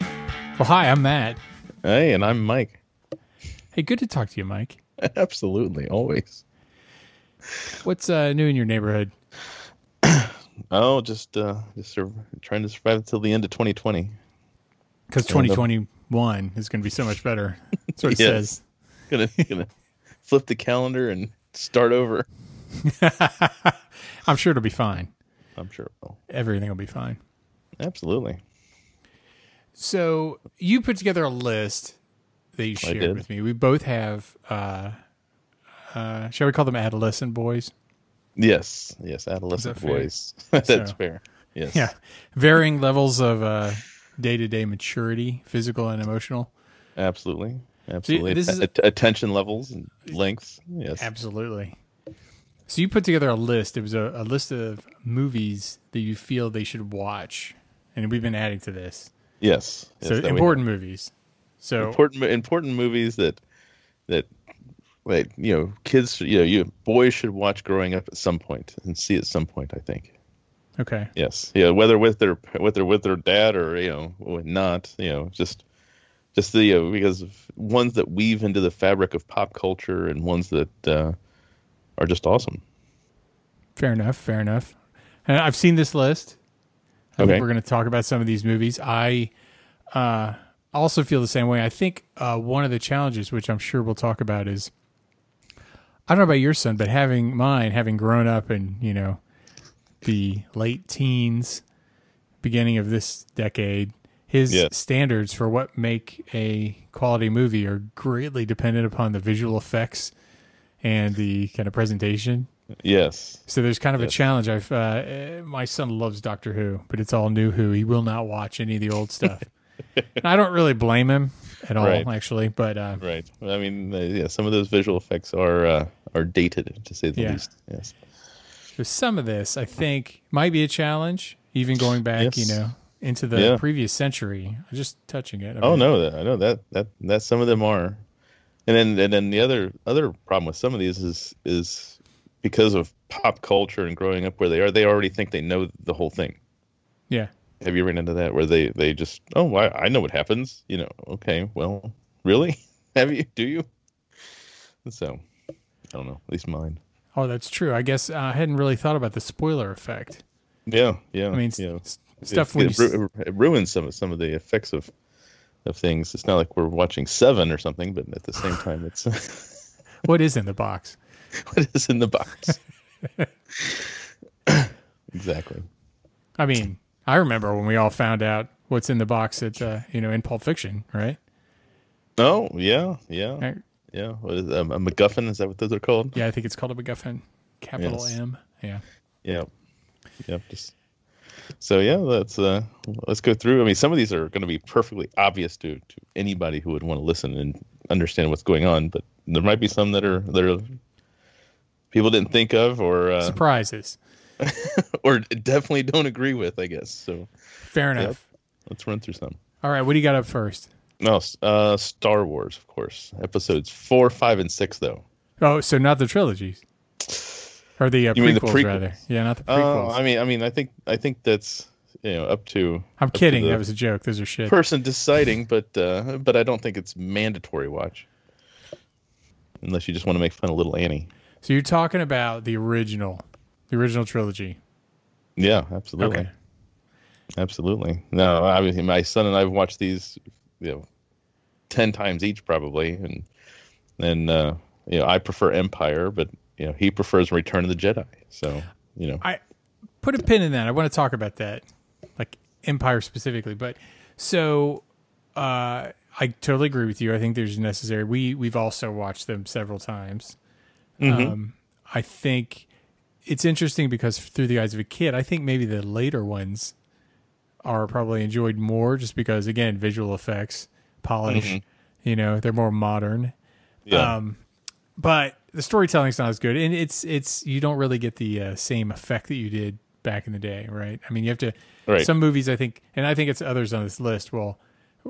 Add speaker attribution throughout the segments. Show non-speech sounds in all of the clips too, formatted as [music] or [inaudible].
Speaker 1: Well, hi, I'm Matt.
Speaker 2: Hey, and I'm Mike. [laughs]
Speaker 1: Hey, good to talk to you, Mike.
Speaker 2: Absolutely, always.
Speaker 1: What's uh, new in your neighborhood?
Speaker 2: Oh, just uh, just sur- trying to survive until the end of 2020.
Speaker 1: Because 2021 is going to be so much better. That's what it
Speaker 2: Yeah.
Speaker 1: says. [laughs]
Speaker 2: Gonna gonna flip the calendar and start over.
Speaker 1: I'm sure it'll be fine.
Speaker 2: I'm sure it will.
Speaker 1: Everything will be fine.
Speaker 2: Absolutely.
Speaker 1: So you put together a list that you shared
Speaker 2: did.
Speaker 1: with me. We both have. Uh, uh, shall we call them adolescent boys? [laughs]
Speaker 2: Yes, yes. Adolescent
Speaker 1: fair?
Speaker 2: boys. [laughs] That's
Speaker 1: So-
Speaker 2: fair. Yes.
Speaker 1: Yeah, varying levels of uh, day-to-day maturity, physical and emotional.
Speaker 2: Absolutely. Absolutely.
Speaker 1: this is-
Speaker 2: Att- attention levels and lengths. Yes.
Speaker 1: Absolutely. So you put together a list. It was a, a list of movies that you feel they should watch, and we've been adding to this.
Speaker 2: yes. yes,
Speaker 1: so
Speaker 2: that we-
Speaker 1: important movies. So
Speaker 2: important mo- important movies that that that you know kids should- you know you boys should watch growing up at some point and see at some point. I think.
Speaker 1: okay,
Speaker 2: Yes. Yeah. Whether with their whether with their dad or you know or not, you know, just just the you know, because of ones that weave into the fabric of pop culture and ones that uh, are just awesome.
Speaker 1: fair enough. Fair enough. And I've seen this list. I
Speaker 2: Okay.
Speaker 1: think we're going to talk about some of these movies. I uh, also feel the same way. I think uh, one of the challenges, which I'm sure we'll talk about, is I don't know about your son, but having mine, having grown up in you know the late teens, beginning of this decade, his
Speaker 2: Yeah.
Speaker 1: standards for what make a quality movie are greatly dependent upon the visual effects and the kind of presentation.
Speaker 2: Yes.
Speaker 1: So there's kind of a challenge. I've uh, uh, my son loves Doctor Who, but it's all new Who. He will not watch any of the old
Speaker 2: [laughs]
Speaker 1: stuff. and I don't really blame him at all,
Speaker 2: Right.
Speaker 1: actually. But uh,
Speaker 2: Right. I mean, uh, yeah, some of those visual effects are uh, are dated to say the
Speaker 1: Yeah.
Speaker 2: least. Yes.
Speaker 1: there's some of this I think might be a challenge, even going back,
Speaker 2: Yes.
Speaker 1: you know, into the
Speaker 2: Yeah.
Speaker 1: previous century. I'm just touching it. I
Speaker 2: Oh
Speaker 1: mean,
Speaker 2: no, that- I know that that that some of them are, and then and then the other other problem with some of these is is because of pop culture and growing up where they are, they already think they know the whole thing.
Speaker 1: Yeah.
Speaker 2: Have you run into that where they they just oh I, I know what happens you know okay well really [laughs] have you do you so I don't know at least mine
Speaker 1: Oh, that's true. I guess uh, I hadn't really thought about the spoiler effect.
Speaker 2: yeah yeah
Speaker 1: I mean,
Speaker 2: you know,
Speaker 1: s- stuff
Speaker 2: it,
Speaker 1: when
Speaker 2: it
Speaker 1: you s-
Speaker 2: ru- it ruins some of some of the effects of of things it's not like we're watching Seven or something but at
Speaker 1: [laughs]
Speaker 2: the same time it's. [laughs]
Speaker 1: what is in the box.
Speaker 2: what is in the
Speaker 1: [laughs]
Speaker 2: box. exactly.
Speaker 1: I mean, I remember when we all found out what's in the box at uh, you know in Pulp Fiction, right?
Speaker 2: Oh yeah, yeah,
Speaker 1: Right?
Speaker 2: yeah. What is um, a MacGuffin? Is that what those are called?
Speaker 1: Yeah, I think it's called a MacGuffin. Capital
Speaker 2: Yes.
Speaker 1: M. Yeah.
Speaker 2: Yeah, yeah. Just so yeah. Let's uh, let's go through. I mean, some of these are going to be perfectly obvious to to anybody who would want to listen and understand what's going on. But there might be some that are that are people didn't think of or uh,
Speaker 1: Surprises.
Speaker 2: or definitely don't agree with. I guess. So
Speaker 1: Fair enough.
Speaker 2: let's run through some.
Speaker 1: All right, what do you got up first?
Speaker 2: No, s- uh, Star Wars, of course. Episodes four, five, and six, though.
Speaker 1: Oh, so not the trilogies. Or the uh,
Speaker 2: You mean the
Speaker 1: prequels,
Speaker 2: prequels?
Speaker 1: rather. Yeah, not the
Speaker 2: Oh,
Speaker 1: prequels.
Speaker 2: I mean, I mean, I think, I think that's you know up to
Speaker 1: I'm kidding.
Speaker 2: the-
Speaker 1: That was a joke. Those are shit.
Speaker 2: person deciding, but uh, but I don't think it's mandatory watch, unless you just want to make fun of little Annie.
Speaker 1: so you're talking about the original, the original trilogy.
Speaker 2: Yeah, absolutely,
Speaker 1: Okay.
Speaker 2: absolutely. No, I mean, my son and I've watched these, you know, ten times each probably, and and uh, you know, I prefer Empire, but you know, he prefers Return of the Jedi. So you know,
Speaker 1: I put a pin in that. I want to talk about that, like Empire specifically. But so uh, I totally agree with you. I think there's necessary. We we've also watched them several times. Um, I think it's interesting because through the eyes of a kid, I think maybe the later ones are probably enjoyed more, just because again, visual effects, polish. You know, they're more modern
Speaker 2: yeah,
Speaker 1: um, but the storytelling's not as good, and it's it's you don't really get the uh, same effect that you did back in the day, right? I mean, you have to
Speaker 2: Right.
Speaker 1: some movies, I think, and I think it's others on this list. Well,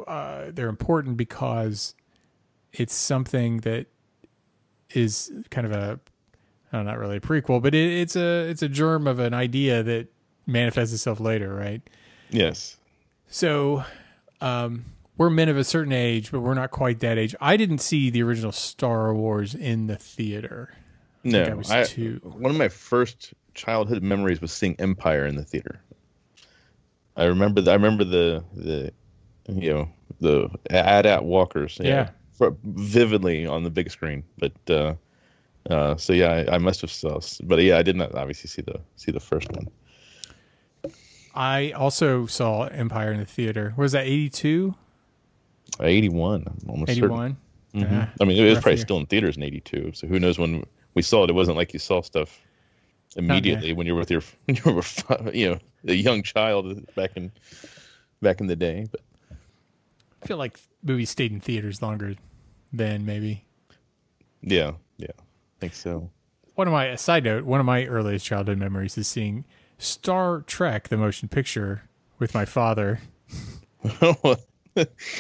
Speaker 1: uh, they're important because it's something that is kind of a uh, not really a prequel, but it, it's a it's a germ of an idea that manifests itself later, right?
Speaker 2: yes.
Speaker 1: So, um, we're men of a certain age, but we're not quite that age. I didn't see the original Star Wars in the theater. I
Speaker 2: no,
Speaker 1: think I was
Speaker 2: I-
Speaker 1: two.
Speaker 2: one of my first childhood memories was seeing Empire in the theater. I remember. The, I remember the the, you know, the ad at Walkers.
Speaker 1: Yeah.
Speaker 2: fr- vividly on the big screen. But uh, uh, so yeah, I, I must have saw. But yeah, I did not obviously see the see the first one.
Speaker 1: I also saw Empire in the theater. What Was that 82?
Speaker 2: Eighty one. Almost certain.
Speaker 1: 81?
Speaker 2: Mhm.
Speaker 1: Yeah.
Speaker 2: I mean, it was
Speaker 1: rough
Speaker 2: probably
Speaker 1: year.
Speaker 2: still in theaters in '82, so who knows when we saw it? It wasn't like you saw stuff immediately when you were with your, [laughs] when you were, fi- you know, a young child back in back in the day. But
Speaker 1: I feel like movies stayed in theaters longer than maybe.
Speaker 2: yeah, yeah, I think so. [laughs]
Speaker 1: One of my a side note, one of my earliest childhood memories is seeing Star Trek the motion picture with my father.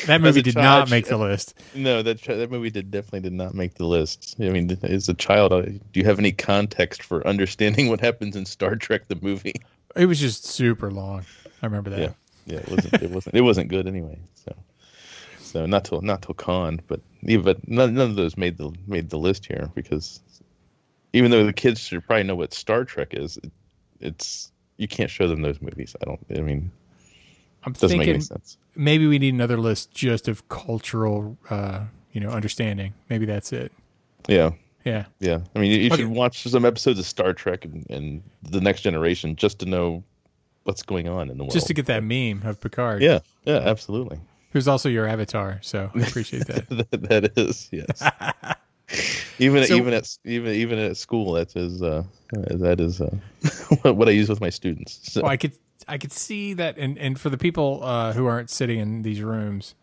Speaker 1: That movie
Speaker 2: a
Speaker 1: did
Speaker 2: child,
Speaker 1: not make the list.
Speaker 2: no, that tr- that movie did definitely did not make the list. I mean, as a child, I- do you have any context for understanding [laughs] what happens in Star Trek the movie?
Speaker 1: It was just super long. I remember that.
Speaker 2: Yeah, yeah, it wasn't it wasn't it wasn't good anyway. So, so not till not till con, but yeah, but none, none of those made the made the list here because even though the kids should probably know what Star Trek is, it, it's you can't show them those movies. I don't. I mean,
Speaker 1: I'm
Speaker 2: it doesn't make
Speaker 1: thinking
Speaker 2: any sense.
Speaker 1: maybe we need another list just of cultural uh, you know, understanding. Maybe that's it.
Speaker 2: Yeah.
Speaker 1: Yeah.
Speaker 2: Yeah, I mean, you, you
Speaker 1: Okay.
Speaker 2: should watch some episodes of Star Trek and, and the Next Generation just to know what's going on in the world.
Speaker 1: Just to get that meme of Picard,
Speaker 2: yeah, yeah, absolutely.
Speaker 1: who's also your avatar, so I appreciate
Speaker 2: [laughs]
Speaker 1: that.
Speaker 2: that, that is yes. even
Speaker 1: So-
Speaker 2: even at even even at school, that is uh, that is uh, [laughs] what, what I use with my students. So,
Speaker 1: well, I could I could see that, and and for the people uh, who aren't sitting in these rooms,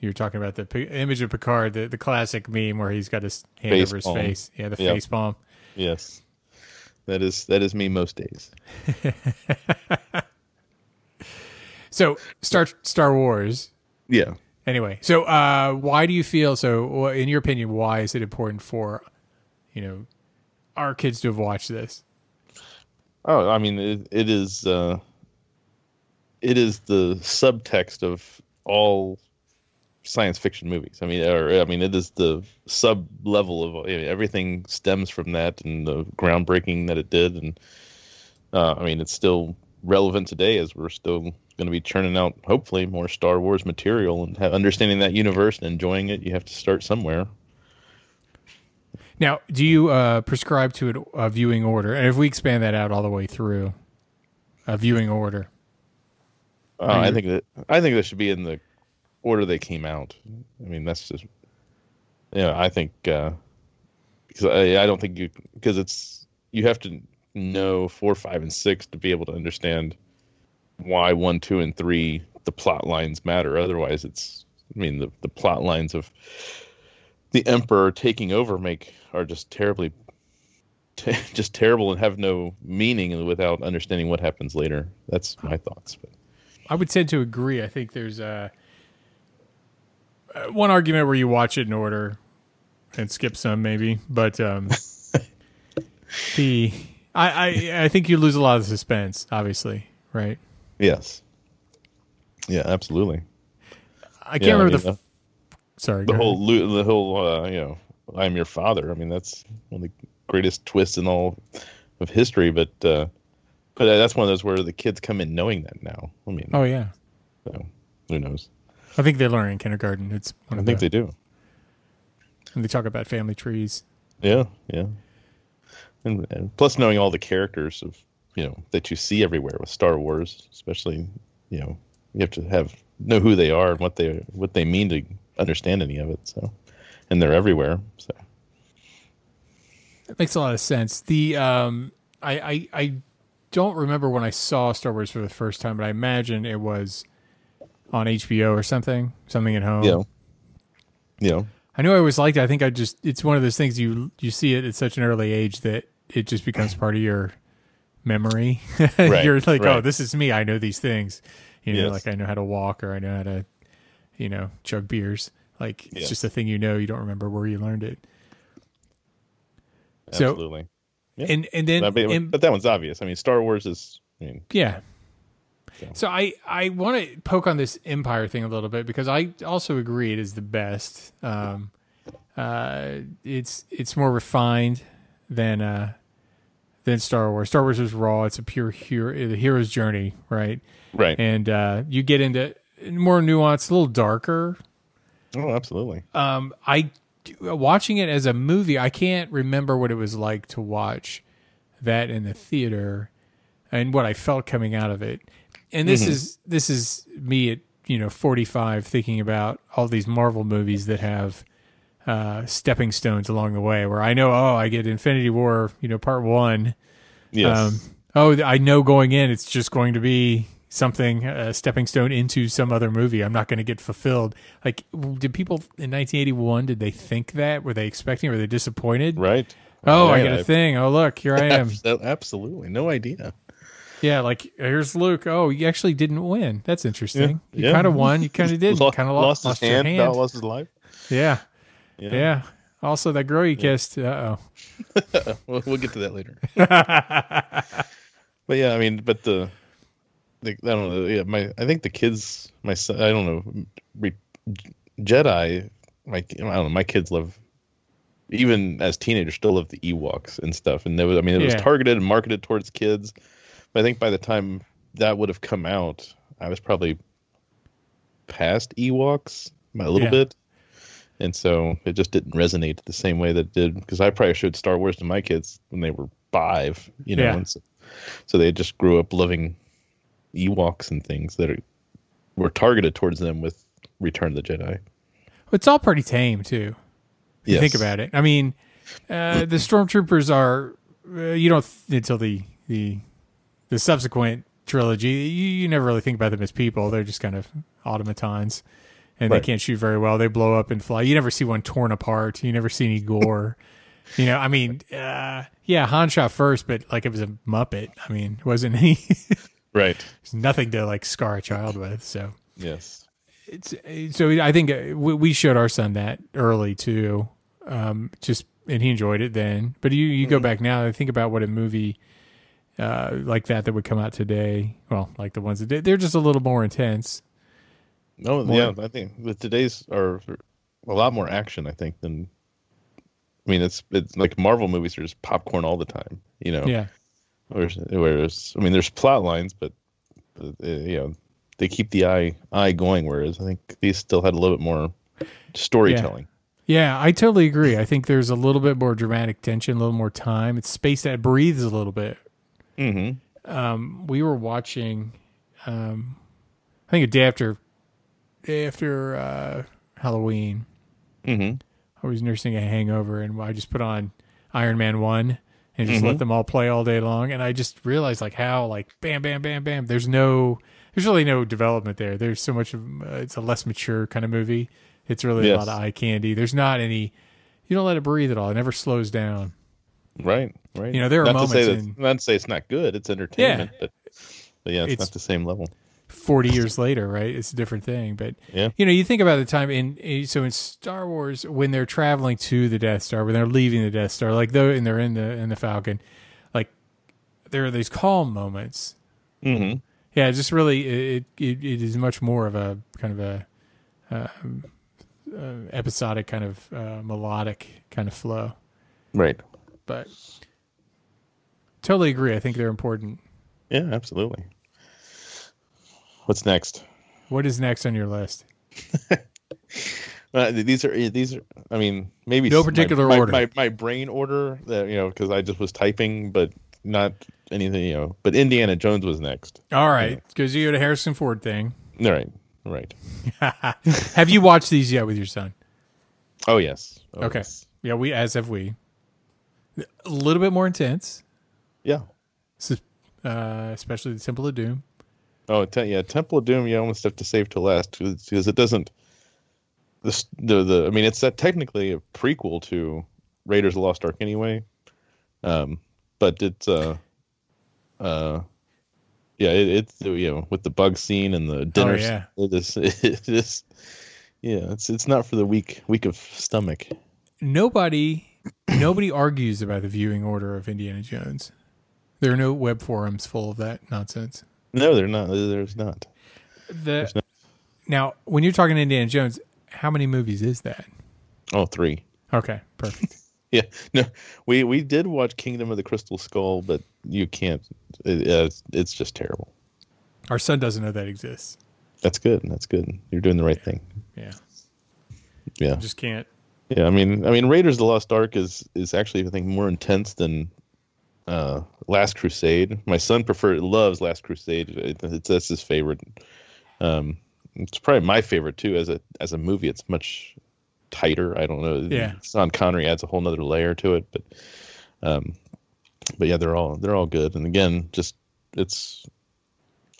Speaker 1: you're talking about the pi- image of Picard, the, the classic meme where he's got his hand
Speaker 2: Face
Speaker 1: over his
Speaker 2: palm.
Speaker 1: face, yeah, the
Speaker 2: Yeah.
Speaker 1: face palm.
Speaker 2: yes, that is that is me most days.
Speaker 1: So Star Star Wars.
Speaker 2: Yeah.
Speaker 1: Anyway, so uh, why do you feel so? wh- In your opinion, why is it important for you know our kids to have watched this?
Speaker 2: Oh, I mean, it, it is uh, it is the subtext of all science fiction movies. I mean, or I mean, it is the sub level of I mean, everything stems from that and the groundbreaking that it did, and uh, I mean, it's still relevant today as we're still going to be churning out hopefully more Star Wars material and have, understanding that universe and enjoying it. You have to start somewhere.
Speaker 1: Now, do you uh, prescribe to an- a viewing order? And if we expand that out all the way through, a viewing order.
Speaker 2: Uh,
Speaker 1: Are
Speaker 2: I
Speaker 1: you-
Speaker 2: think that I think that should be in the order they came out. I mean, that's just you know, I think uh, because I, I don't think you because it's you have to know four, five, and six to be able to understand why one, two, and three the plot lines matter. Otherwise, it's I mean the the plot lines of the emperor taking over make are just terribly [laughs] t- just terrible and have no meaning without understanding what happens later. That's my thoughts. But.
Speaker 1: I would tend to agree. I think there's uh uh, one argument where you watch it in order and skip some, maybe, but
Speaker 2: [laughs]
Speaker 1: um, the I, I I think you lose a lot of the suspense, obviously, right?
Speaker 2: Yes. Yeah, absolutely.
Speaker 1: I
Speaker 2: yeah,
Speaker 1: can't
Speaker 2: I
Speaker 1: remember
Speaker 2: mean,
Speaker 1: the, f- sorry
Speaker 2: the
Speaker 1: go
Speaker 2: whole lo- the whole uh, you know I'm your father. I mean that's one of the greatest twists in all of history. But uh, but that's one of those where the kids come in knowing that now. I mean,
Speaker 1: ahead. Oh yeah,
Speaker 2: so, who knows?
Speaker 1: I think they learn in kindergarten. It's one
Speaker 2: I
Speaker 1: of
Speaker 2: think
Speaker 1: the,
Speaker 2: they do.
Speaker 1: and they talk about family trees.
Speaker 2: Yeah, yeah. And, and plus knowing all the characters of you know that you see everywhere with Star Wars, especially you know you have to have know who they are and what they what they mean to understand any of it. So, and they're everywhere. So.
Speaker 1: That makes a lot of sense. The um, I, I I don't remember when I saw Star Wars for the first time, but I imagine it was on HBO or something, something at home.
Speaker 2: Yeah. Yeah.
Speaker 1: I knew I always liked it. I think I just it's one of those things you you see it at such an early age that it just becomes part of your memory. [laughs] You're like, oh,
Speaker 2: right.
Speaker 1: this is me. I know these things. You know,
Speaker 2: Yes.
Speaker 1: like I know how to walk or I know how to, you know, chug beers. Like it's
Speaker 2: Yes.
Speaker 1: just a thing you know. You don't remember where you learned it. So-
Speaker 2: Absolutely. Yeah.
Speaker 1: And and then
Speaker 2: But- but,
Speaker 1: and-
Speaker 2: but that one's obvious. I mean, Star Wars is. I mean,
Speaker 1: yeah. So I I want to poke on this Empire thing a little bit because I also agree it is the best. Um, uh, it's it's more refined than uh, than Star Wars. Star Wars is raw. It's a pure hero, the hero's journey, right?
Speaker 2: Right.
Speaker 1: And uh, you get into more nuanced, a little darker.
Speaker 2: oh, absolutely.
Speaker 1: Um, I watching it as a movie, I can't remember what it was like to watch that in the theater and what I felt coming out of it. And this is this is me at you know 45 thinking about all these Marvel movies that have uh, stepping stones along the way where I know oh I get Infinity War you know part one
Speaker 2: Yes.
Speaker 1: um, oh th- I know going in it's just going to be something a stepping stone into some other movie I'm not going to get fulfilled like w- did people in 1981 did they think that were they expecting were they disappointed
Speaker 2: right.
Speaker 1: oh I
Speaker 2: Right,
Speaker 1: get a thing oh look here I [laughs] am
Speaker 2: abso- Absolutely. No idea.
Speaker 1: Yeah, like here's Luke. Oh, you actually didn't win. That's interesting.
Speaker 2: Yeah,
Speaker 1: You
Speaker 2: yeah.
Speaker 1: kind of won. You [laughs] kind of did.
Speaker 2: [laughs] Lo-
Speaker 1: not kind of lost,
Speaker 2: his
Speaker 1: lost your hand.
Speaker 2: not lost his life. [laughs]
Speaker 1: Yeah,
Speaker 2: Yeah.
Speaker 1: yeah, Also, that girl you kissed. Uh [laughs] oh.
Speaker 2: We'll, we'll get to that later. But yeah, I mean, but the, the I don't know. Yeah, my I think the kids, my son, I don't know, re, Jedi. My I don't know. My kids love, even as teenagers, still love the Ewoks and stuff. And there was, I mean, it was
Speaker 1: Yeah.
Speaker 2: targeted and marketed towards kids. But I think by the time that would have come out, I was probably past Ewoks by a little
Speaker 1: Yeah.
Speaker 2: bit. And so it just didn't resonate the same way that it did because I probably showed Star Wars to my kids when they were five, you know.
Speaker 1: Yeah.
Speaker 2: And so, so they just grew up loving Ewoks and things that are, were targeted towards them with Return of the Jedi.
Speaker 1: It's all pretty tame too. If you
Speaker 2: Yes.
Speaker 1: think about it. I mean, uh, the stormtroopers are. Uh, you don't th- until the the the subsequent trilogy. You, you never really think about them as people. They're just kind of automatons, and
Speaker 2: Right.
Speaker 1: they can't shoot very well. They blow up and fly. You never see one torn apart. You never see any gore.
Speaker 2: [laughs]
Speaker 1: you know, I mean, uh, yeah, Han shot first, but like it was a Muppet. I mean, it wasn't he? [laughs]
Speaker 2: Right.
Speaker 1: There's nothing to like scar a child with. So
Speaker 2: Yes.
Speaker 1: it's uh, so I think uh, we we showed our son that early too, um, just and he enjoyed it then. But you you go back now and think about what a movie uh, like that that would come out today. Well, like the ones that did, they're just a little more intense.
Speaker 2: No,
Speaker 1: More-
Speaker 2: yeah, I think that today's are a lot more action, I think, than I mean, it's it's like Marvel movies are just popcorn all the time, you know.
Speaker 1: Yeah,
Speaker 2: Whereas, whereas I mean, there's plot lines, but uh, you know, they keep the eye eye going. Whereas I think these still had a little bit more storytelling.
Speaker 1: yeah, I totally agree. I think there's a little bit more dramatic tension, a little more time. It's space that breathes a little bit.
Speaker 2: Mm-hmm.
Speaker 1: um, we were watching um, I think a day after day after uh, Halloween.
Speaker 2: Mm-hmm.
Speaker 1: I was nursing a hangover and I just put on Iron Man 1 and just
Speaker 2: Mm-hmm.
Speaker 1: let them all play all day long and I just realized like how like bam bam bam bam there's no there's really no development there. There's so much of uh, it's a less mature kind of movie. It's really a
Speaker 2: Yes.
Speaker 1: lot of eye candy. There's not any you don't let it breathe at all. It never slows down.
Speaker 2: Right. Right.
Speaker 1: You know, there are
Speaker 2: not to say
Speaker 1: moments
Speaker 2: that,
Speaker 1: in-
Speaker 2: not to say it's not good. It's entertainment, but, but yeah, it's,
Speaker 1: It's-
Speaker 2: not the same level.
Speaker 1: 40 years later, right? It's a different thing. But,
Speaker 2: Yeah.
Speaker 1: you know, you think about the time in, in- so in Star Wars, when they're traveling to the Death Star, when they're leaving the Death Star, like though, and they're in the, in the Falcon, like there are these calm moments.
Speaker 2: Mm-hmm.
Speaker 1: Yeah. Just really, it, it, it is much more of a kind of a, uh, uh, episodic kind of, uh, melodic kind of flow,
Speaker 2: Right.
Speaker 1: but totally agree. I think they're important.
Speaker 2: Yeah. Absolutely. What's next?
Speaker 1: What is next on your list?
Speaker 2: Uh, th- these are these are. I mean, maybe
Speaker 1: No
Speaker 2: s- my-
Speaker 1: particular
Speaker 2: my,
Speaker 1: order.
Speaker 2: My, my brain order, that you know, because I just was typing, but not anything, you know. But Indiana Jones was next.
Speaker 1: All right. Cause you go to Harrison Ford thing.
Speaker 2: All right, all right.
Speaker 1: [laughs] Have you watched these yet with your son?
Speaker 2: Oh yes. Oh,
Speaker 1: Okay.
Speaker 2: yes.
Speaker 1: Yeah, we as have we. A little bit more intense,
Speaker 2: Yeah.
Speaker 1: s- uh, especially the Temple of Doom.
Speaker 2: Oh te- yeah, Temple of Doom. You almost have to save till last because it doesn't. This the the. I mean, it's that technically a prequel to Raiders of the Lost Ark anyway, um, but it's uh, uh, yeah, it, it's you know with the bug scene and the dinner. s-
Speaker 1: Oh, yeah.
Speaker 2: [laughs] It is. It is. Yeah, it's it's not for the weak weak of stomach.
Speaker 1: Nobody, [coughs] nobody argues about the viewing order of Indiana Jones. There are no web forums full of that nonsense.
Speaker 2: No, they're not. There's not.
Speaker 1: The now, when you're talking Indiana Jones, how many movies is that?
Speaker 2: Oh, three.
Speaker 1: Okay, perfect.
Speaker 2: [laughs] Yeah, no, we we did watch Kingdom of the Crystal Skull, but you can't. It, it's- it's just terrible.
Speaker 1: Our son doesn't know that exists.
Speaker 2: That's good. That's good. You're doing the right thing.
Speaker 1: Yeah,
Speaker 2: Yeah,
Speaker 1: just can't.
Speaker 2: yeah. I mean, I mean, Raiders of the Lost Ark is is actually I think more intense than uh Last Crusade. My son preferred loves Last Crusade. It, it's that's his favorite. Um, it's probably my favorite too. As a as a movie, it's much tighter. I don't know.
Speaker 1: Yeah.
Speaker 2: Sean Connery adds a whole nother layer to it, but um, but yeah, they're all they're all good. And again, just it's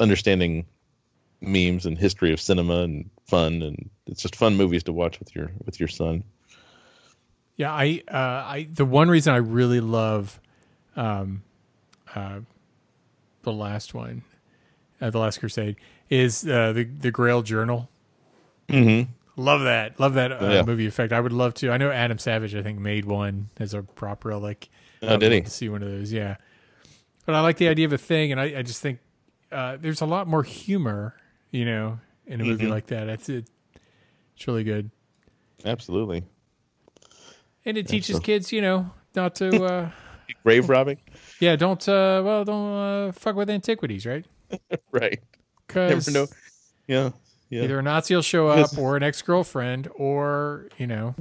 Speaker 2: understanding memes and history of cinema and fun and it's just fun movies to watch with your with your son.
Speaker 1: Yeah, I, uh, I, the one reason I really love, um, uh, the last one, uh, the Last Crusade, is uh, the the Grail Journal.
Speaker 2: Mm-hmm.
Speaker 1: Love that, love that uh,
Speaker 2: Yeah.
Speaker 1: movie effect. I would love to. I know Adam Savage, I think, made one as a prop relic.
Speaker 2: Oh,
Speaker 1: I'd love
Speaker 2: did he?
Speaker 1: To see one of those, yeah. But I like the idea of a thing, and I, I just think uh, there's a lot more humor, you know, in a movie
Speaker 2: Mhm.
Speaker 1: like that. It's it, it's really good,
Speaker 2: Absolutely.
Speaker 1: and it teaches
Speaker 2: so-
Speaker 1: kids, you know, not
Speaker 2: [laughs]
Speaker 1: to. Uh, [laughs]
Speaker 2: Grave robbing?
Speaker 1: Yeah, don't uh well don't uh fuck with antiquities, right?
Speaker 2: Right.
Speaker 1: Because
Speaker 2: Never know. Yeah. Yeah.
Speaker 1: either a Nazi will show up
Speaker 2: Yes.
Speaker 1: or an ex girlfriend or, you know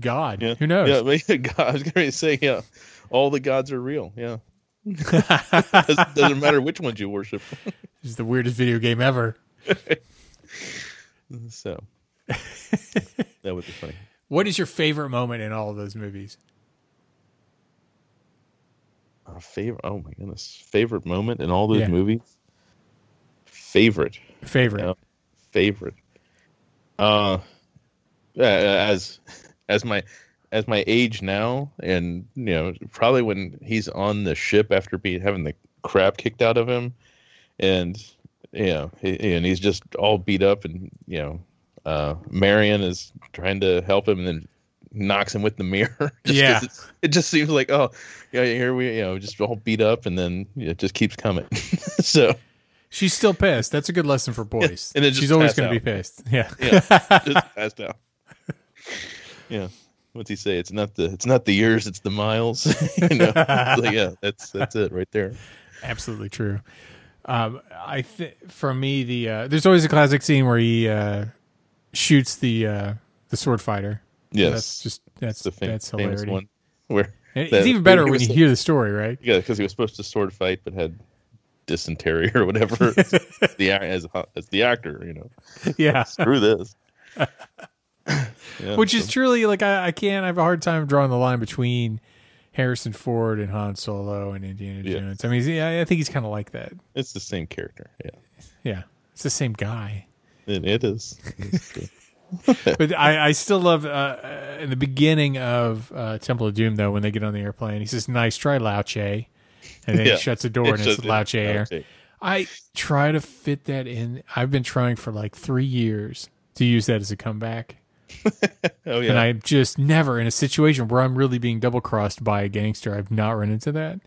Speaker 1: God.
Speaker 2: Yeah.
Speaker 1: Who knows?
Speaker 2: Yeah, [laughs] but God, I was gonna say, yeah. All the gods are real, yeah.
Speaker 1: [laughs]
Speaker 2: Doesn't, doesn't matter which ones you worship.
Speaker 1: It's the weirdest video game ever. [laughs]
Speaker 2: So that would be funny.
Speaker 1: What is your favorite moment in all of those movies?
Speaker 2: Our favorite oh my goodness. Favorite moment in all those
Speaker 1: Yeah.
Speaker 2: movies? Favorite.
Speaker 1: Favorite.
Speaker 2: Yeah. favorite. Uh, uh, as as my as my age now, and you know, probably when he's on the ship after being having the crap kicked out of him, and you know, he, and he's just all beat up, and you know, uh, Marion is trying to help him, and then knocks him with the mirror. [laughs] just 'cause
Speaker 1: Yeah.
Speaker 2: it's- it just seems like oh, yeah, here we you know just all beat up, and then it just keeps coming. [laughs] so
Speaker 1: She's still pissed. That's a good lesson for boys.
Speaker 2: and then just
Speaker 1: She's always
Speaker 2: pass
Speaker 1: gonna be
Speaker 2: out.
Speaker 1: pissed. [laughs] Yeah.
Speaker 2: just passed out. Yeah. What's he say? It's not the it's not the years, it's the miles. [laughs] you know. So, yeah, that's that's it
Speaker 1: [laughs]
Speaker 2: right there.
Speaker 1: Absolutely true. Um, I th- for me the uh, there's always a classic scene where he uh, shoots the uh, the sword fighter.
Speaker 2: Yes.
Speaker 1: that's just that's
Speaker 2: the fam-
Speaker 1: that's
Speaker 2: famous
Speaker 1: hilarity.
Speaker 2: one. Where
Speaker 1: And
Speaker 2: that-
Speaker 1: it's
Speaker 2: [laughs]
Speaker 1: even better
Speaker 2: he
Speaker 1: when
Speaker 2: was
Speaker 1: you
Speaker 2: so-
Speaker 1: hear the story,
Speaker 2: [laughs]
Speaker 1: right?
Speaker 2: Yeah, because he was supposed to sword fight but had dysentery or
Speaker 1: [laughs]
Speaker 2: whatever the ac- as as the actor, you know.
Speaker 1: Yeah,
Speaker 2: Screw
Speaker 1: [laughs]
Speaker 2: this. Yeah,
Speaker 1: which is
Speaker 2: so-
Speaker 1: truly like I, I can't. I have a hard time drawing the line between Harrison Ford and Han Solo and Indiana
Speaker 2: Yeah.
Speaker 1: Jones. I mean, he's- I I think he's kind of like that.
Speaker 2: it's the same character. Yeah.
Speaker 1: Yeah, it's the same
Speaker 2: [laughs]
Speaker 1: guy.
Speaker 2: It,
Speaker 1: [laughs]
Speaker 2: it is. It's, uh,
Speaker 1: But I, I still love uh, uh, in the beginning of uh, Temple of Doom though when they get on the airplane. He says, "Nice try, Lauche," and then
Speaker 2: Yeah.
Speaker 1: he
Speaker 2: [laughs]
Speaker 1: shuts the door and
Speaker 2: just-
Speaker 1: it's Lauche air.
Speaker 2: Lauche.
Speaker 1: I try to fit that in. I've been trying for like three years to use that as a comeback.
Speaker 2: Oh
Speaker 1: And
Speaker 2: yeah.
Speaker 1: I'm just never in a situation where I'm really being double crossed by a gangster. I've not run into that.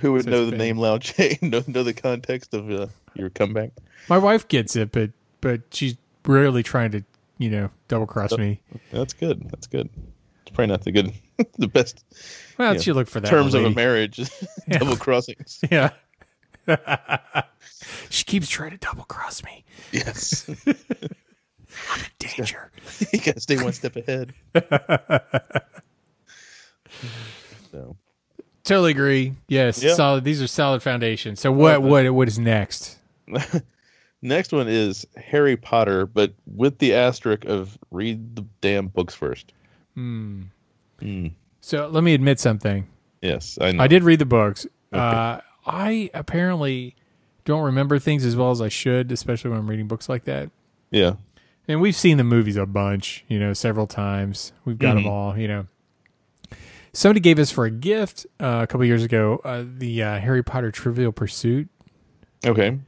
Speaker 2: Who would
Speaker 1: so
Speaker 2: know
Speaker 1: it's
Speaker 2: the
Speaker 1: been-
Speaker 2: name Lauche? [laughs] know, know the context of uh, your comeback?
Speaker 1: My wife gets it, but but she's rarely trying to, you know, double
Speaker 2: Uh,
Speaker 1: cross me.
Speaker 2: That's good. That's good. It's probably not the good, [laughs] the best
Speaker 1: Well,
Speaker 2: Yeah.
Speaker 1: she looked for that.
Speaker 2: terms of a
Speaker 1: lady.
Speaker 2: marriage. [laughs]
Speaker 1: [laughs]
Speaker 2: Double crossings.
Speaker 1: Yeah. [laughs] she keeps trying to double cross me.
Speaker 2: Yes,
Speaker 1: I'm in danger.
Speaker 2: [laughs] you gotta stay one
Speaker 1: [laughs]
Speaker 2: step ahead. so,
Speaker 1: Totally agree. Yes,
Speaker 2: Yeah.
Speaker 1: solid. These are solid foundations. So what what what is next?
Speaker 2: next one is Harry Potter, but with the asterisk of read the damn books first.
Speaker 1: Hmm.
Speaker 2: Hmm.
Speaker 1: So let me admit something.
Speaker 2: Yes, I know.
Speaker 1: I did read the books. Uh, I apparently don't remember things as well as I should, especially when I'm reading books like that.
Speaker 2: yeah,
Speaker 1: And we've seen the movies a bunch, you know, several times. We've got
Speaker 2: Mm-hmm.
Speaker 1: them all, you know. Somebody gave us for a gift uh, a couple years ago uh, the uh, Harry Potter Trivial Pursuit. Ah,
Speaker 2: okay.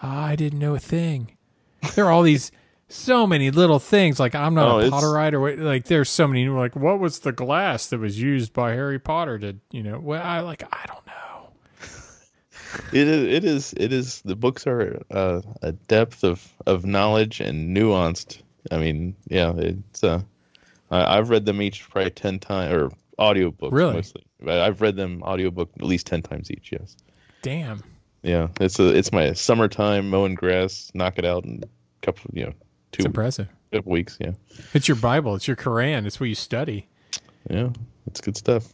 Speaker 1: I didn't know a thing. There are all these so many little things. Like I'm
Speaker 2: Oh,
Speaker 1: not a
Speaker 2: it's-
Speaker 1: Potterite or what- like there's so many. Like what was the glass that was used by Harry Potter to you know? Well, I like I don't know.
Speaker 2: it is it is it is the books are uh, a depth of of knowledge and nuanced i mean yeah it's uh I, i've read them each probably 10 times or audiobooks
Speaker 1: Really?
Speaker 2: mostly But i've read them audiobook at least 10 times each yes
Speaker 1: Damn.
Speaker 2: yeah it's a, it's my summertime mowing grass knock it out in a couple you know
Speaker 1: It's
Speaker 2: two
Speaker 1: impressive.
Speaker 2: couple weeks yeah
Speaker 1: It's your Bible. It's your Quran. It's what you study.
Speaker 2: yeah it's good stuff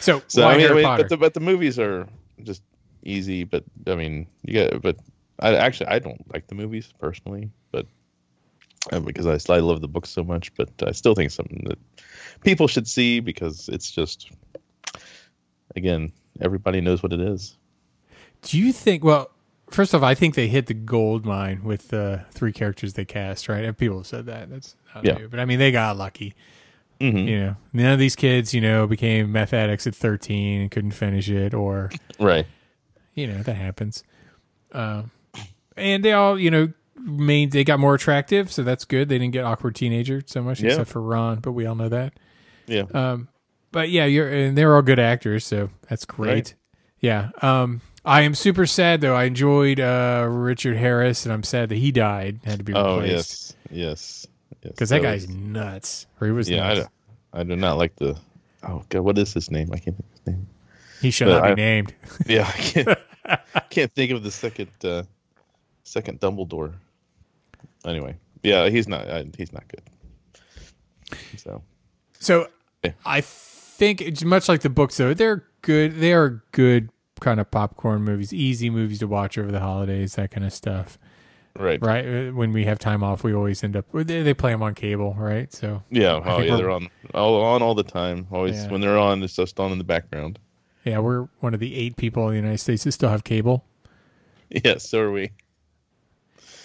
Speaker 1: So,
Speaker 2: So
Speaker 1: why
Speaker 2: I mean, I
Speaker 1: Harry
Speaker 2: mean,
Speaker 1: Potter?
Speaker 2: but the but the movies are just easy. But I mean, you get but I actually I don't like the movies personally, but uh, because I I love the books so much. But I still think it's something that people should see because it's just again everybody knows what it is.
Speaker 1: Do you think? Well, first off, I think they hit the gold mine with the three characters they cast. Right? And People have said that. That's not
Speaker 2: Yeah.
Speaker 1: new, but I mean, they got lucky.
Speaker 2: Mhm.
Speaker 1: You know, none of these kids, you know, became meth addicts at thirteen and couldn't finish it, or
Speaker 2: Right.
Speaker 1: you know that happens. Um, and they all, you know, made they got more attractive, so that's good. They didn't get awkward teenager so much,
Speaker 2: Yeah.
Speaker 1: except for Ron, but we all know that.
Speaker 2: Yeah.
Speaker 1: Um, but yeah, you're and they're all good actors, so that's great.
Speaker 2: Right.
Speaker 1: Yeah. Um, I am super sad though. I enjoyed uh, Richard Harris, and I'm sad that he died had to be
Speaker 2: oh
Speaker 1: replaced
Speaker 2: yes, yes, yes.
Speaker 1: because that guy's nuts. Or he was
Speaker 2: was- yeah. I,
Speaker 1: nuts.
Speaker 2: don't- I do not like the. Oh god, what is his name? I can't think of his name.
Speaker 1: He should
Speaker 2: But
Speaker 1: not be
Speaker 2: I-
Speaker 1: named.
Speaker 2: Yeah, I can't, [laughs] can't think of the second uh, second Dumbledore. Anyway, yeah, he's not uh, he's not good. So
Speaker 1: So
Speaker 2: Yeah.
Speaker 1: I think it's much like the books though, they're good. They are good kind of popcorn movies, easy movies to watch over the holidays, that kind of stuff.
Speaker 2: right,
Speaker 1: Right? Uh, When we have time off, we always end up. They, they play them on cable, right? So
Speaker 2: yeah, oh,
Speaker 1: think
Speaker 2: yeah,
Speaker 1: we're-
Speaker 2: they're on all on all the time. Always
Speaker 1: Yeah.
Speaker 2: when they're on, it's just on in the background. [laughs]
Speaker 1: yeah, we're one of the eight people in the United States that still have cable.
Speaker 2: Yeah, so are we.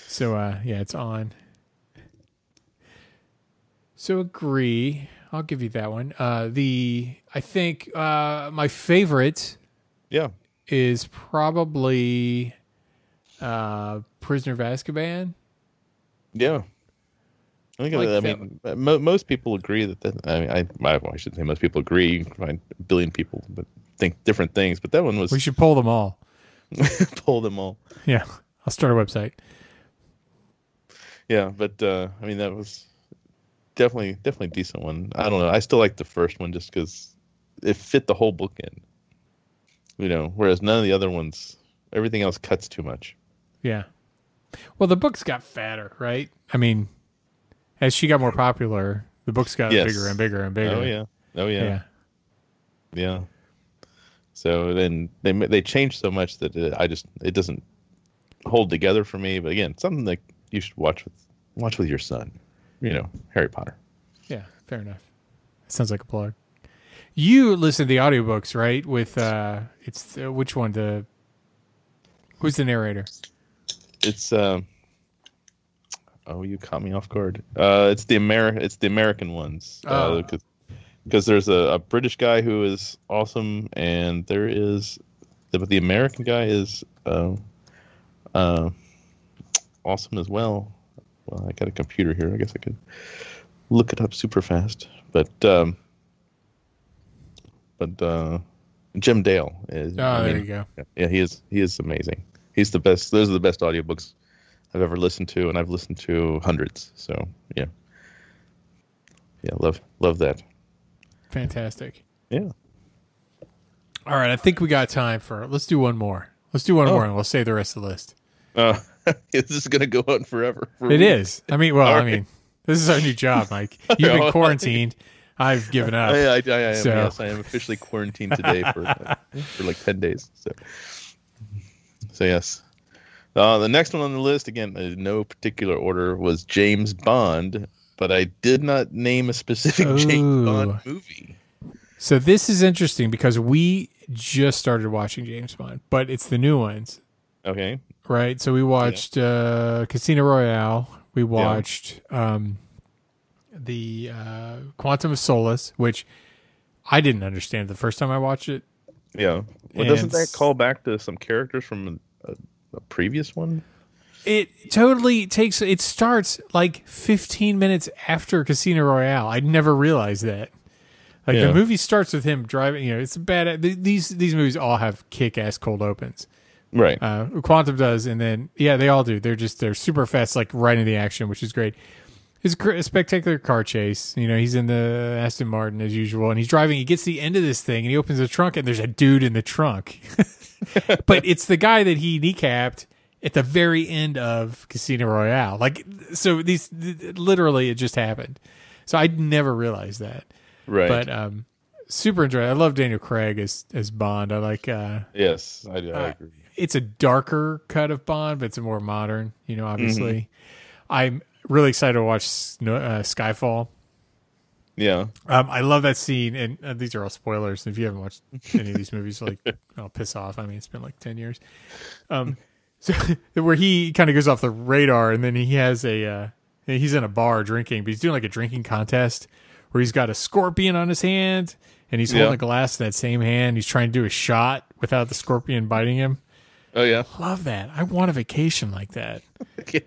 Speaker 1: So uh, yeah, it's on. So agree. I'll give you that one. Uh, the I think uh, my favorite
Speaker 2: Yeah,
Speaker 1: is probably uh, Prisoner of Azkaban.
Speaker 2: yeah. I think
Speaker 1: I like
Speaker 2: I
Speaker 1: that
Speaker 2: mean uh, mo- most people agree that, that I mean I, I well, I should say most people agree. You can find a billion people, but think different things. But that one was [laughs]
Speaker 1: We should pull them all.
Speaker 2: pull them all.
Speaker 1: Yeah, I'll start a website.
Speaker 2: Yeah, but uh, I mean that was definitely definitely a decent one. I don't know. I still like the first one just because it fit the whole book in. You know, whereas none of the other ones, everything else cuts too much.
Speaker 1: Yeah. Well, the books got fatter, right? I mean, as she got more popular, the books got
Speaker 2: Yes.
Speaker 1: bigger and bigger and bigger.
Speaker 2: Oh yeah, oh
Speaker 1: yeah.
Speaker 2: yeah, yeah. So then they ma- they changed so much that it, I just it doesn't hold together for me. But again, something that you should watch with watch with your son. You know, Harry Potter.
Speaker 1: Yeah, fair enough. Sounds like a plug. You listen to the audiobooks, right? With uh it's uh, which one? The Who's the narrator?
Speaker 2: it's um oh you caught me off guard uh it's the Ameri- it's the american ones
Speaker 1: Oh.
Speaker 2: because because there's a, a british guy who is awesome and there is the, but the american guy is uh, uh awesome as well well i got a computer here i guess i could look it up super fast but um but uh jim dale is
Speaker 1: Oh,
Speaker 2: I
Speaker 1: there
Speaker 2: mean,
Speaker 1: you go.
Speaker 2: yeah, he is. He is amazing. He's the best. Those are the best audiobooks I've ever listened to, and I've listened to hundreds. So yeah, yeah, love love that.
Speaker 1: Fantastic.
Speaker 2: Yeah,
Speaker 1: All right, I think we got time for let's do one more. Let's do one
Speaker 2: Oh.
Speaker 1: more and we'll save the rest of the list.
Speaker 2: uh, [laughs] this is gonna go on forever. for
Speaker 1: It
Speaker 2: weeks.
Speaker 1: is. I mean, well,
Speaker 2: All
Speaker 1: I
Speaker 2: right.
Speaker 1: mean, this is our new job, Mike. You've been
Speaker 2: right.
Speaker 1: quarantined. I've given up.
Speaker 2: I, I, I, I am,
Speaker 1: So-
Speaker 2: Yes, I am officially quarantined today for uh,
Speaker 1: [laughs]
Speaker 2: for like ten days. So, so yes. Uh, the next one on the list, again, in no particular order, was James Bond, but I did not name a specific [laughs]
Speaker 1: Ooh.
Speaker 2: James Bond movie.
Speaker 1: So this is interesting because we just started watching James Bond, but it's the new ones.
Speaker 2: Okay.
Speaker 1: right? So we watched uh, Casino Royale. We watched um, the uh, Quantum of Solace, which I didn't understand the first time I watched it.
Speaker 2: Yeah. Well,
Speaker 1: And
Speaker 2: doesn't that
Speaker 1: s-
Speaker 2: call back to some characters from a, a previous one?
Speaker 1: It totally takes. It starts like 15 minutes after Casino Royale. I never realized that. Like
Speaker 2: Yeah.
Speaker 1: the movie starts with him driving. You know, it's a bad. th- These these movies all have kick ass cold opens.
Speaker 2: Right.
Speaker 1: Uh, Quantum does, and then yeah, they all do. They're just they're super fast, like right in the action, which is great. It's a cr- a spectacular car chase. You know, he's in the Aston Martin as usual, and he's driving. He gets to the end of this thing, and he opens the trunk, and there's a dude in the trunk. [laughs] but it's the guy that he kneecapped at the very end of Casino Royale. Like, so these th- literally it just happened. So I never realized that.
Speaker 2: right.
Speaker 1: But um, super enjoyable. I love Daniel Craig as as Bond. I like. uh
Speaker 2: yes, I, I
Speaker 1: uh,
Speaker 2: agree.
Speaker 1: it's a darker cut of Bond, but it's a more modern. You know, obviously, I'm really excited to watch Sno- uh, Skyfall.
Speaker 2: Yeah.
Speaker 1: Um, I love that scene, and uh, these are all spoilers. If you haven't watched any of these movies, like I'll piss off. I mean, it's been like ten years. Um, [laughs] so where he kind of goes off the radar, and then he has a uh, he's in a bar drinking, but he's doing like a drinking contest where he's got a scorpion on his hand, and he's
Speaker 2: Yeah.
Speaker 1: holding a glass in that same hand. He's trying to do a shot without the scorpion biting him.
Speaker 2: Oh yeah.
Speaker 1: Love that. I want a vacation like that. [laughs]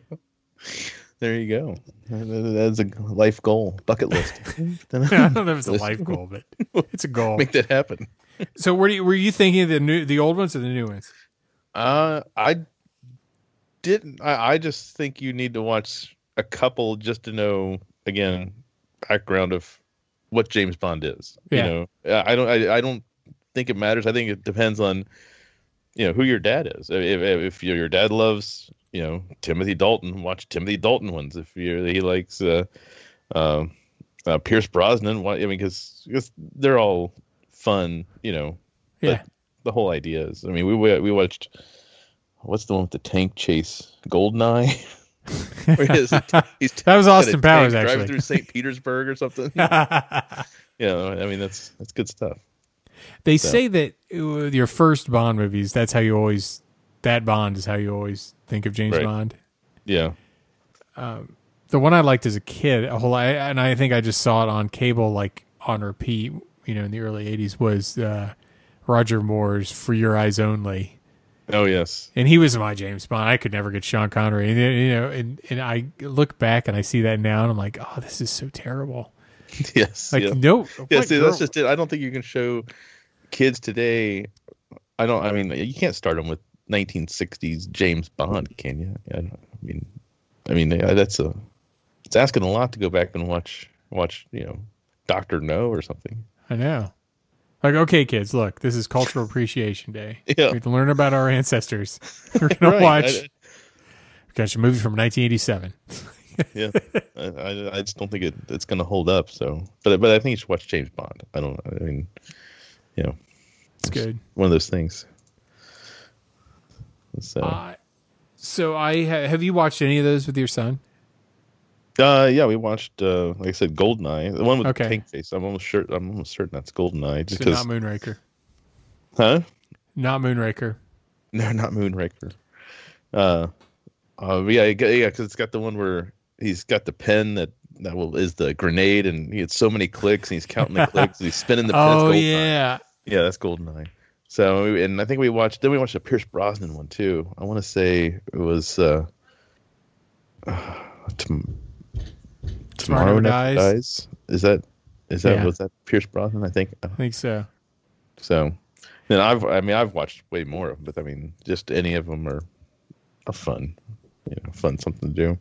Speaker 2: There you go. That's a life goal,
Speaker 1: [laughs]
Speaker 2: bucket list. [laughs]
Speaker 1: I don't know if it's a life goal, but it's a goal.
Speaker 2: Make that happen.
Speaker 1: So, were you were you thinking of the new, the old ones or the new ones?
Speaker 2: Uh, I didn't. I, I just think you need to watch a couple just to know again background of what James Bond is.
Speaker 1: Yeah.
Speaker 2: You know, I I don't. I, I don't think it matters. I think it depends on you know who your dad is. If if, if your dad loves you know Timothy Dalton, watch Timothy Dalton ones. If you he likes uh, uh, uh, Pierce Brosnan, why- I mean, because they're all fun. You know,
Speaker 1: Yeah,
Speaker 2: the whole idea is. I mean, we wa- we watched what's the one with the tank chase, Goldeneye.
Speaker 1: [laughs]
Speaker 2: [laughs] Where he has a t- he's
Speaker 1: that was
Speaker 2: got a
Speaker 1: Austin Powers
Speaker 2: tank driving
Speaker 1: actually.
Speaker 2: through St. Petersburg or something. [laughs] [laughs] yeah, I mean that's that's good stuff.
Speaker 1: they
Speaker 2: So.
Speaker 1: say that uh, your first Bond movies, that's how you always that Bond is how you always think of James
Speaker 2: Right.
Speaker 1: Bond.
Speaker 2: Yeah,
Speaker 1: The one I liked as a kid a whole lot, and I think I just saw it on cable like on repeat. You know, in the early '80s was uh, Roger Moore's "For Your Eyes Only."
Speaker 2: oh yes, [laughs]
Speaker 1: and he was my James Bond. I could never get Sean Connery. And, you know, and, and I look back and I see that now, and I'm like, oh, this is so terrible.
Speaker 2: yes,
Speaker 1: Like,
Speaker 2: yeah.
Speaker 1: no,
Speaker 2: yeah
Speaker 1: what
Speaker 2: see,
Speaker 1: girl-
Speaker 2: that's just it. I don't think you can show kids today. I don't. I mean, you can't start them with 1960s James Bond, can you? I, don't, I mean, I mean yeah, that's a. It's asking a lot to go back and watch watch you know Doctor No or something. [laughs]
Speaker 1: I know. Like, okay, kids, look, this is Cultural Appreciation Day.
Speaker 2: [laughs] Yeah,
Speaker 1: We have to learn about our ancestors. [laughs] We're gonna
Speaker 2: Right,
Speaker 1: watch.
Speaker 2: I-
Speaker 1: Gosh, a movie from 1987. [laughs]
Speaker 2: yeah, I, I, I just don't think it, it's going to hold up. So, but but I think you should watch James Bond. I don't. I mean, you know,
Speaker 1: It's good.
Speaker 2: one of those things. So, uh,
Speaker 1: Uh, so, I ha- have you watched any of those with your son?
Speaker 2: yeah, we watched. Uh, like I said, Goldeneye, the one with
Speaker 1: Okay.
Speaker 2: the tank face. I'm almost sure. I'm almost certain that's Goldeneye.
Speaker 1: So
Speaker 2: Just
Speaker 1: not
Speaker 2: because,
Speaker 1: Moonraker.
Speaker 2: huh? [laughs]
Speaker 1: Not Moonraker.
Speaker 2: No, not Moonraker. Uh, uh, yeah, yeah, because it's got the one where he's got the pen that that will is the grenade, and he gets so many clicks, and he's counting the clicks, and he's
Speaker 1: [laughs]
Speaker 2: spinning the. pen. It's
Speaker 1: oh
Speaker 2: Goldeneye.
Speaker 1: yeah.
Speaker 2: Yeah, that's Goldeneye. So, and I think we watched. Then we watched a Pierce Brosnan one too. I want to say it was uh, [sighs] tom-
Speaker 1: Tomorrow
Speaker 2: Never
Speaker 1: Dies.
Speaker 2: Is that is that
Speaker 1: Yeah.
Speaker 2: was that Pierce Brosnan? I think Uh,
Speaker 1: I think so.
Speaker 2: so. Then I've I mean I've watched way more of, 'em, but I mean just any of them are are fun, you know, fun something to do.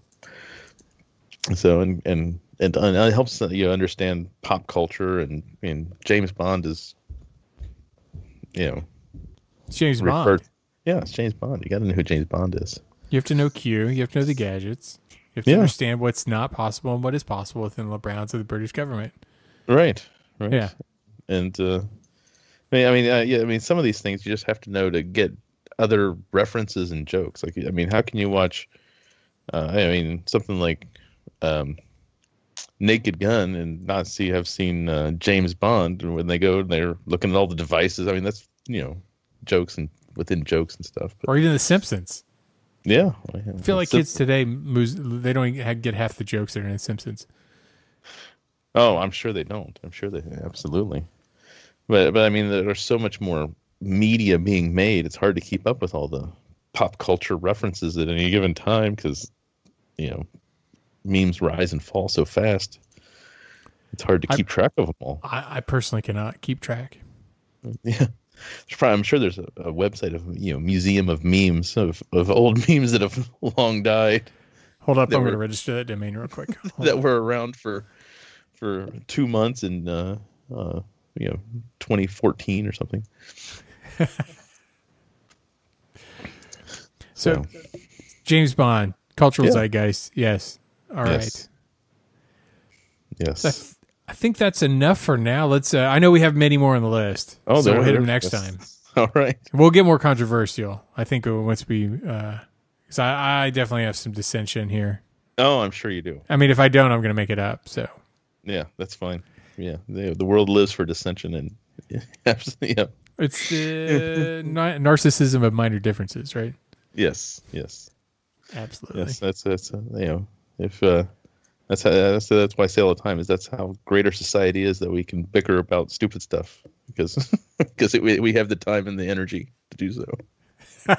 Speaker 2: So and and and, and it helps that you understand pop culture and and James Bond is, you know,
Speaker 1: It's James Bond.
Speaker 2: referred. Yeah, it's James Bond. You got to know who James Bond is.
Speaker 1: You have to know Q. You have to know the gadgets. You have to
Speaker 2: Yeah.
Speaker 1: understand what's not possible and what is possible within the bounds of the British government.
Speaker 2: Right. Right.
Speaker 1: Yeah.
Speaker 2: and uh, I mean, I mean, uh, yeah, I mean, some of these things you just have to know to get other references and jokes. Like, I mean, how can you watch? Uh, I mean, something like um, Naked Gun and not see have seen uh, James Bond and when they go and they're looking at all the devices. I mean, that's you know, jokes and within jokes and stuff. But
Speaker 1: Or even The Simpsons.
Speaker 2: yeah,
Speaker 1: I feel like kids today, lose- they don't even ha- get half the jokes that are in The Simpsons.
Speaker 2: Oh, I'm sure they don't. I'm sure they absolutely. But but I mean, there's so much more media being made. It's hard to keep up with all the pop culture references at any given time because you know memes rise and fall so fast. It's hard to
Speaker 1: I-
Speaker 2: keep track of them all.
Speaker 1: I, I personally cannot keep track.
Speaker 2: Yeah. there's probably, I'm sure there's a, a website of you know museum of memes of, of old [laughs] memes that have long died
Speaker 1: Hold up,
Speaker 2: That
Speaker 1: I'm
Speaker 2: were-
Speaker 1: going to register that domain real [laughs] quick. Hold
Speaker 2: that
Speaker 1: up.
Speaker 2: were around for for two months in uh, uh, you know 2014 or something.
Speaker 1: so, James Bond, cultural
Speaker 2: Yeah.
Speaker 1: zeitgeist. Yes. All right.
Speaker 2: Yes.
Speaker 1: I,
Speaker 2: yes.
Speaker 1: th- I think that's enough for now. Let's. Uh, I know we have many more on the list. so
Speaker 2: Oh, there
Speaker 1: we'll
Speaker 2: we
Speaker 1: hit
Speaker 2: are.
Speaker 1: them next
Speaker 2: Yes.
Speaker 1: time.
Speaker 2: [laughs] All right.
Speaker 1: We'll get more controversial. I think uh, once we, because I, I definitely have some dissension here.
Speaker 2: Oh, I'm sure you do.
Speaker 1: I mean, if I don't, I'm going to make it up. So
Speaker 2: Yeah, that's fine. Yeah, the, the world lives for dissension and [laughs] yeah.
Speaker 1: it's [laughs] uh, na- narcissism of minor differences, right?
Speaker 2: Yes, yes,
Speaker 1: Absolutely.
Speaker 2: yes. That's that's uh, you know if uh, that's how, that's that's why I say all the time is that's how great our society is that we can bicker about stupid stuff because [laughs] because it, we we have the time and the energy to do so.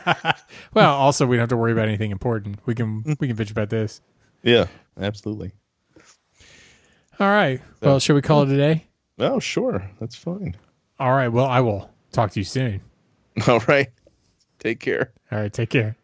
Speaker 1: well, also we don't have to worry about anything important. We can we can bitch about this.
Speaker 2: Yeah, absolutely.
Speaker 1: All right. Well, should we call it a day?
Speaker 2: Oh, sure, that's fine. [laughs]
Speaker 1: All right. Well, I will talk to you soon.
Speaker 2: All right, take care.
Speaker 1: All right. Take care.